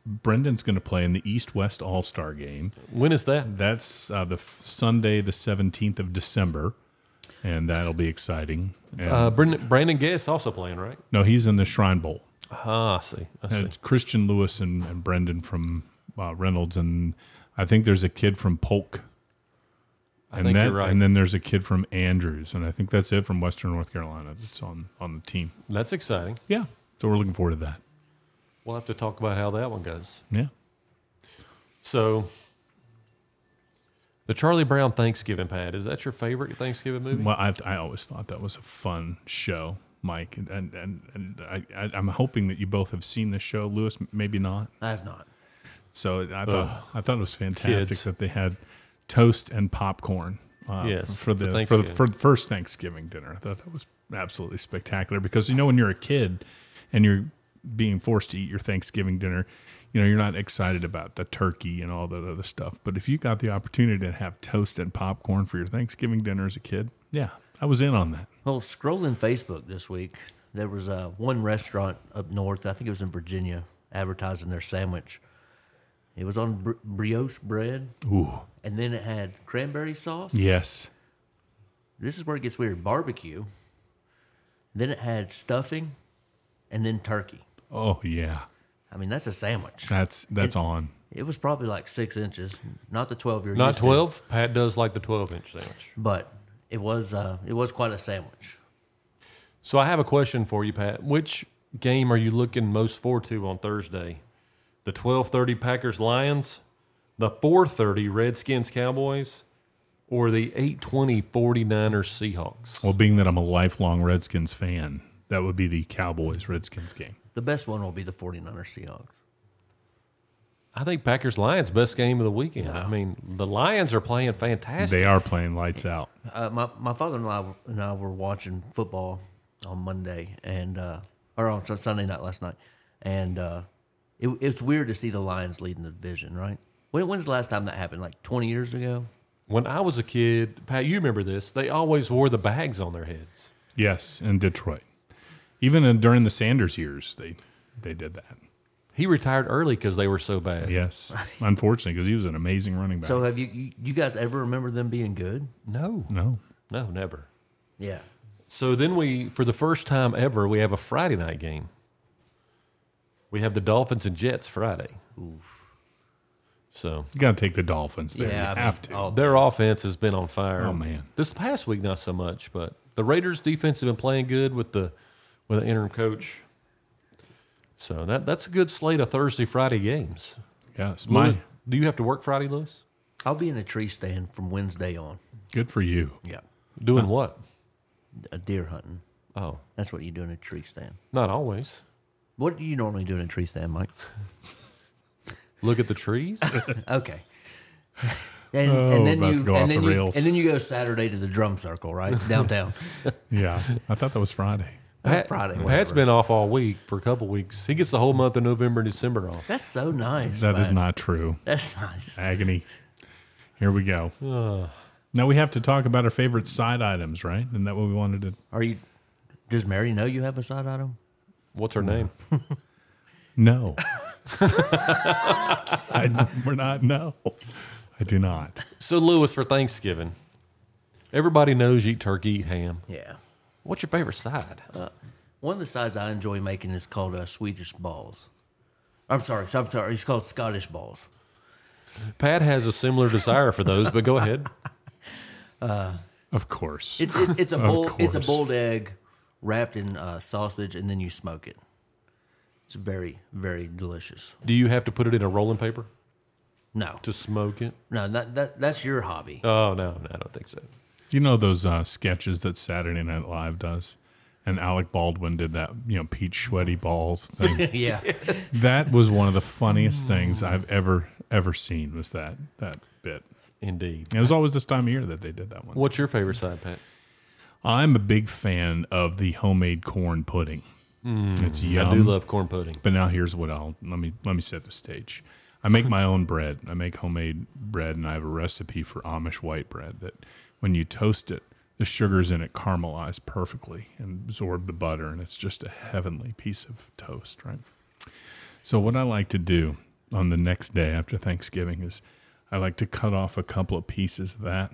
D: Brendan's going to play in the East West All Star game.
B: When is that?
D: That's uh, the f- Sunday, the 17th of December, and that'll be exciting. And-
B: Uh, Brandon, Brandon Guess also playing, right?
D: no, he's in the Shrine Bowl.
B: Ah, I see. I
D: And
B: see.
D: it's Christian Lewis and, and Brendan from uh, Reynolds, and I think there's a kid from Polk.
B: I
D: and
B: think
D: that,
B: you're right.
D: And then there's a kid from Andrews, and I think that's it from Western North Carolina. That's on on the team.
B: That's exciting.
D: Yeah, so we're looking forward to that.
B: We'll have to talk about how that one goes.
D: Yeah,
B: So, the Charlie Brown Thanksgiving Pat is that your favorite Thanksgiving movie?
D: well, I I always thought that was a fun show, Mike, and and, and, and I, I I'm hoping that you both have seen this show, Lewis. m- Maybe not.
E: I have not.
D: So I thought I thought it was fantastic
B: Kids.
D: that they had toast and popcorn. Uh,
B: Yes,
D: for the
B: for
D: for, the,
B: Thanksgiving.
D: for the first Thanksgiving dinner. I thought that was absolutely spectacular because you know when you're a kid and you're being forced to eat your Thanksgiving dinner, you know you're not excited about the turkey and all that other stuff. But if you got the opportunity to have toast and popcorn for your Thanksgiving dinner as a kid, yeah, I was in on that.
E: Well, scrolling Facebook this week, there was uh, one restaurant up north. I think it was in Virginia, advertising their sandwich. It was on br- brioche bread,
D: Ooh,
E: and then it had cranberry sauce.
D: yes,
E: This is where it gets weird. Barbecue. Then it had stuffing, and then turkey.
D: oh yeah,
E: I mean, that's a sandwich.
D: that's that's on.
E: It was probably like six inches, not the twelve you're
B: Not
E: used to,
B: twelve. Pat does like the twelve inch sandwich.
E: but it was uh, it was quite a sandwich.
B: So I have a question for you, Pat. Which game are you looking most forward to on Thursday? The twelve thirty Packers Lions, the four thirty Redskins Cowboys, or the eight twenty 49ers Seahawks?
D: Well, being that I'm a lifelong Redskins fan, that would be the Cowboys Redskins game.
E: The best one will be the 49ers Seahawks.
B: I think Packers Lions best game of the weekend. I mean, the Lions are playing fantastic.
D: They are playing lights out.
E: Uh, my my father in law and I were watching football on Monday and uh, or on Sun- Sunday night last night, and uh, it, it's weird to see the Lions leading the division, right? When, when's the last time that happened? Like twenty years ago.
B: When I was a kid, Pat, you remember this? They always wore the bags on their heads.
D: Yes, in Detroit. Even in, during the Sanders years, they they did that.
B: He retired early because they were so bad.
D: Yes, unfortunately, because he was an amazing running back.
E: So have you, you you guys ever remember them being good?
B: No,
D: no,
B: no, never.
E: Yeah.
B: So then we, for the first time ever, we have a Friday night game. We have the Dolphins and Jets Friday. Oof. So
D: you got to take the Dolphins. There,
E: Yeah, oh.
D: you
E: I mean,
D: have to.
E: I'll-
B: their offense has been on fire.
D: Oh, man.
B: this past week not so much, but the Raiders' defense have been playing good with the with the interim coach. So that that's a good slate of Thursday Friday games.
D: yes,
B: Louis,
D: my
B: do you have to work Friday, Lewis?
E: I'll be in a tree stand from Wednesday on.
D: good for you.
E: Yeah.
B: Doing what?
E: A deer hunting.
B: Oh,
E: That's what you do in a tree stand.
B: not always.
E: What do you normally do in a tree stand, Mike?
B: Look at the trees.
E: Okay. And, and then
D: Oh, about
E: you
D: to go
E: and
D: off
E: then
D: the
E: you
D: rails.
E: and then you go Saturday to the drum circle, right downtown.
D: Yeah, I thought that was Friday.
B: Pat,
E: Friday,
B: Pat's
E: whatever.
B: been off all week for a couple weeks. He gets the whole month of November and December off.
E: That's so nice.
D: That is
E: man.
D: not true.
E: That's nice.
D: Agony. Here we go. now we have to talk about our favorite side items, right? Isn't that what we wanted to?
E: Are you? Does Mary know you have a side item?
B: What's her name?
D: No. I, we're not. No, I do not.
B: So Lewis for Thanksgiving. Everybody knows you eat turkey, eat ham.
E: Yeah.
B: What's your favorite side?
E: One of the sides I enjoy making is called uh, Swedish balls. I'm sorry. I'm sorry. It's called Scottish balls.
B: Pat has a similar desire for those, but go ahead.
D: Of course.
E: It's it, it's a
D: Of
E: boiled it's a
D: course.
E: boiled egg wrapped in uh, sausage, and then you smoke it. It's very very delicious.
B: Do you have to put it in a rolling paper
E: No,
B: to smoke it?
E: no, that, that that's your hobby.
B: Oh no, no, I don't think so.
D: You know those uh, sketches that Saturday Night Live does, and Alec Baldwin did that. You know, peach sweaty balls thing.
E: yeah,
D: that was one of the
B: Mm.
D: funniest things I've ever ever seen. Was that that bit?
B: Indeed.
D: And it was always this time of year that they did that one.
B: What's your favorite side, Pat?
D: I'm a big fan of the homemade corn pudding. it's yum.
B: Mm, I do love corn pudding.
D: But now here's what I'll let me let me set the stage. I make my own bread. I make homemade bread, and I have a recipe for Amish white bread that when you toast it, the sugars in it caramelize perfectly and absorb the butter, and it's just a heavenly piece of toast, right? So what I like to do on the next day after Thanksgiving is I like to cut off a couple of pieces of that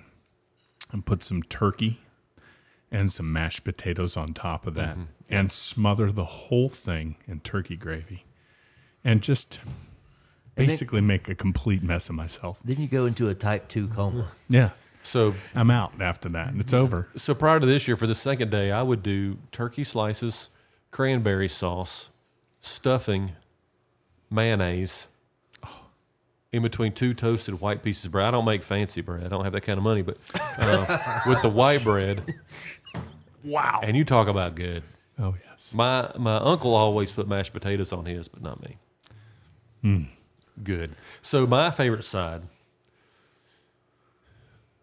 D: and put some turkey and some mashed potatoes on top of that and smother the whole thing in turkey gravy and just basically make a complete mess of myself.
E: Then you go into a type two coma.
D: Yeah.
B: So
D: I'm out after that. It's over.
B: so prior to this year, for the second day, I would do turkey slices, cranberry sauce, stuffing, mayonnaise, in between two toasted white pieces of bread. I don't make fancy bread. I don't have that kind of money, but uh, with the white bread,
D: Wow.
B: and you talk about good.
D: Oh yes.
B: My my uncle always put mashed potatoes on his, but not me. Good. So my favorite side,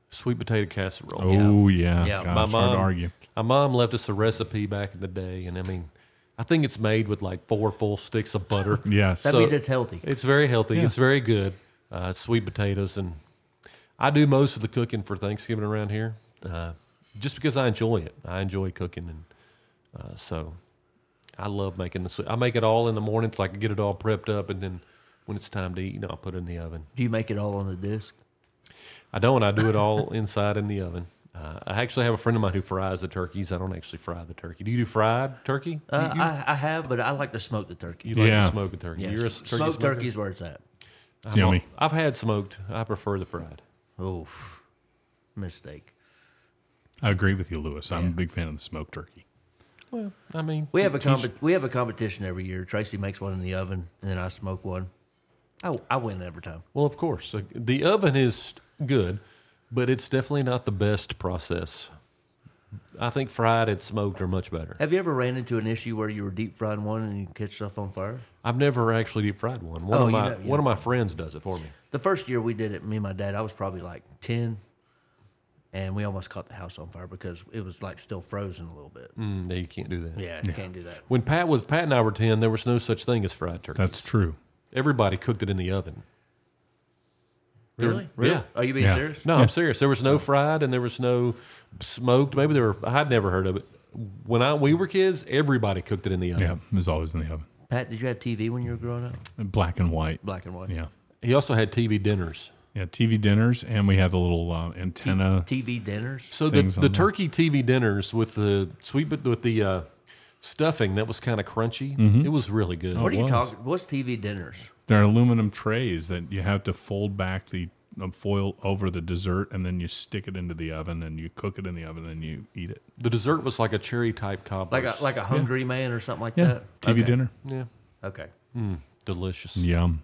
B: sweet potato casserole.
D: Oh yeah.
E: Yeah,
D: Gosh,
B: my
D: hard
B: mom,
D: to argue.
B: my mom left us a recipe back in the day, and I mean, I think it's made with like four full sticks of butter.
D: Yes.
E: That
B: So-
E: means it's healthy.
B: It's very healthy. It's very good. Uh, it's sweet potatoes, and I do most of the cooking for Thanksgiving around here, uh, just because I enjoy it. I enjoy cooking, and uh, so I love making the. sweet- I make it all in the morning, so I can get it all prepped up, and then when it's time to eat, you know, I put it in the oven.
E: Do you make it all on the disc?
B: I don't. I do it all inside in the oven. Uh, I actually have a friend of mine who fries the turkeys. I don't actually fry the turkey. Do you do fried turkey?
E: Uh, I, I have, but I like to smoke the turkey.
B: You like
D: Yeah.
B: to smoke a turkey?
E: Yeah,
B: You're a
E: s-
B: turkey
E: smoked
B: smoker?
E: turkey is where it's at.
B: I'm
D: It's yummy.
B: I've had smoked. I prefer the fried.
E: Oof, mistake.
D: I agree with you, Lewis. I'm a big fan of the smoked turkey.
B: Well, I mean,
E: We have a comp- we have a competition every year. Tracy makes one in the oven, and then I smoke one. I, I win every time.
B: Well, of course. Like, The oven is good, but it's definitely not the best process. I think fried and smoked are much better.
E: Have you ever ran into an issue where you were deep frying one and you catch stuff on fire?
B: I've never actually deep fried one. One
E: Oh,
B: of
E: you
B: my
E: know- you
B: one of my friends does it for me.
E: The first year we did it, me and my dad, I was probably like ten, and we almost caught the house on fire because it was like still frozen a little bit.
B: Mm, no, you can't do that.
E: Hmm, Yeah, you can't do that.
B: When Pat was Pat and I were ten, there was no such thing as fried turkey.
D: That's true.
B: Everybody cooked it in the oven. There-
E: Really? Really?
B: Yeah.
E: Are you being
D: Yeah.
E: serious?
B: No, I'm serious. There was no fried and there was no smoked. Maybe there were. I'd never heard of it. When I we were kids, everybody cooked it in the oven.
D: Yeah, it was always in the oven,
E: Pat, did you have TV when you were growing up?
D: black and white.
E: Black and white.
D: Yeah,
B: He also had TV dinners.
D: yeah. TV dinners, and we had the little uh, antenna.
E: TV dinners.
B: So the,
D: things on
B: the
D: there.
B: turkey TV dinners with the sweet pot- with the uh, stuffing that was kind of crunchy.
D: Mm-hmm.
B: It was really good.
E: What are you
D: was.
E: talking? What's TV dinners?
D: They're aluminum trays that you have to fold back the um, foil over the dessert, and then you stick it into the oven, and you cook it in the oven, and you eat it.
B: The dessert was like a cherry type cobbler.
E: Like a like a hungry man or something like
D: Yeah,
E: that.
D: TV
E: Okay.
D: Uh, dinner.
B: yeah,
E: Okay.
B: delicious.
D: Yum.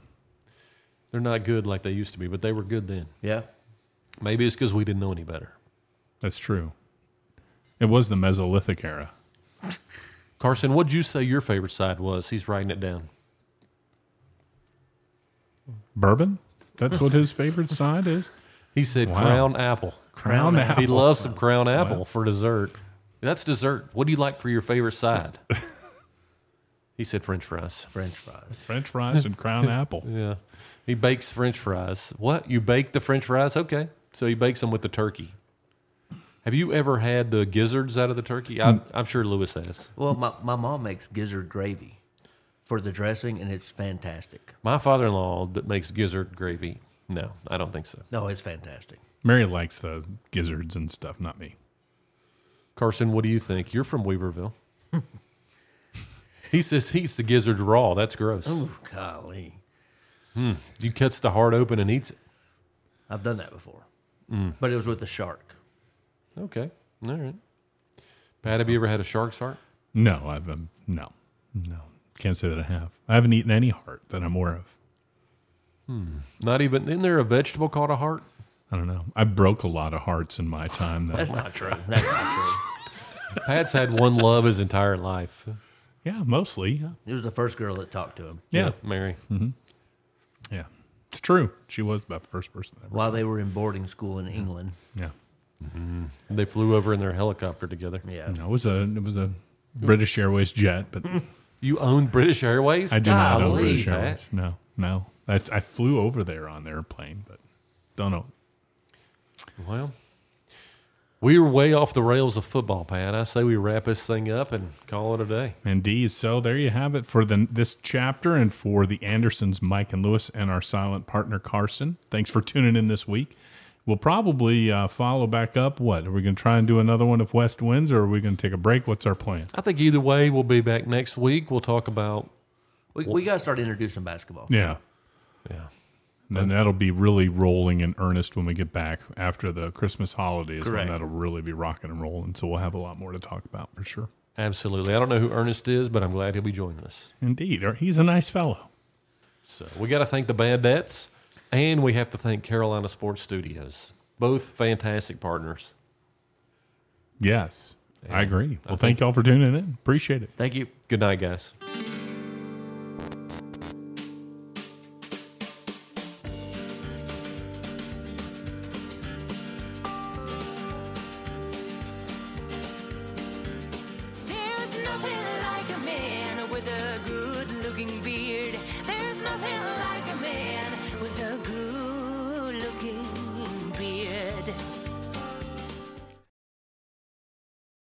B: They're not good like they used to be, but they were good then.
E: Yeah.
B: Maybe it's because we didn't know any better.
D: That's true. It was the Mesolithic era.
B: Carson, what'd you say your favorite side was? He's writing it down.
D: Bourbon. That's what his favorite side is.
B: He said
D: Wow.
B: crown apple.
D: Crown
B: He
D: apple.
B: loves some crown apple for dessert. That's dessert. What do you like for your favorite side? he said French fries.
E: French fries.
D: French fries and crown apple.
B: Yeah. He bakes French fries. What? You bake the French fries? Okay. So he bakes them with the turkey. Have you ever had the gizzards out of the turkey? I, I'm sure Lewis has.
E: Well, my, my mom makes gizzard gravy for the dressing, and it's fantastic.
B: My father in law that makes gizzard gravy. No, I don't think so.
E: No, it's fantastic.
D: Mary likes the gizzards and stuff, not me.
B: Carson, what do you think? You're from Weaverville. he says he eats the gizzard raw. That's gross.
E: Ooh, golly.
B: You cuts the heart open and eats it.
E: I've done that before,
D: Mm.
E: but it was with a shark.
B: Okay. All right. Pat, have you ever had a shark's heart?
D: No, I've um, no, no. Can't say that I have. I haven't eaten any heart that I'm aware of.
B: Not even. Isn't there a vegetable called a heart?
D: I don't know. I broke a lot of hearts in my time. That,
E: That's not true. That's not true.
B: Pat's had one love his entire life.
D: yeah, mostly. Yeah.
E: It was the first girl that talked to him
D: yeah,
B: Mary.
D: yeah. It's true. She was the first person. Ever.
E: while they were in boarding school in England.
D: Yeah,
B: They flew over in their helicopter together.
E: Yeah.
D: no, it was a it was a British Airways jet, but
B: You own British Airways?
D: I do not own
B: Golly,
D: British
B: Pat.
D: Airways. No, no. I, I flew over there on their plane, but don't know.
B: Well, we were way off the rails of football, Pat. I say we wrap this thing up and call it a day.
D: Indeed. So there you have it for the, this chapter and for the Andersons, Mike and Lewis, and our silent partner, Carson. Thanks for tuning in this week. We'll probably uh, follow back up. What? Are we going to try and do another one if West wins, or are we going to take a break? What's our plan?
B: I think either way, we'll be back next week. We'll talk about
E: We, we got to start introducing basketball.
D: Yeah.
B: Yeah.
D: And then that'll be really rolling in earnest when we get back after the Christmas holidays. When
E: Correct.
D: that'll really be rocking and rolling. So we'll have a lot more to talk about for sure.
B: Absolutely. I don't know who Ernest is, but I'm glad he'll be joining us.
D: Indeed. Or- He's a nice fellow.
B: So we got to thank the Bad Bets, and we have to thank Carolina Sports Studios. Both fantastic partners.
D: Yes. I agree. Well, thank y'all for tuning in. Appreciate it.
E: Thank you.
B: Good night, guys.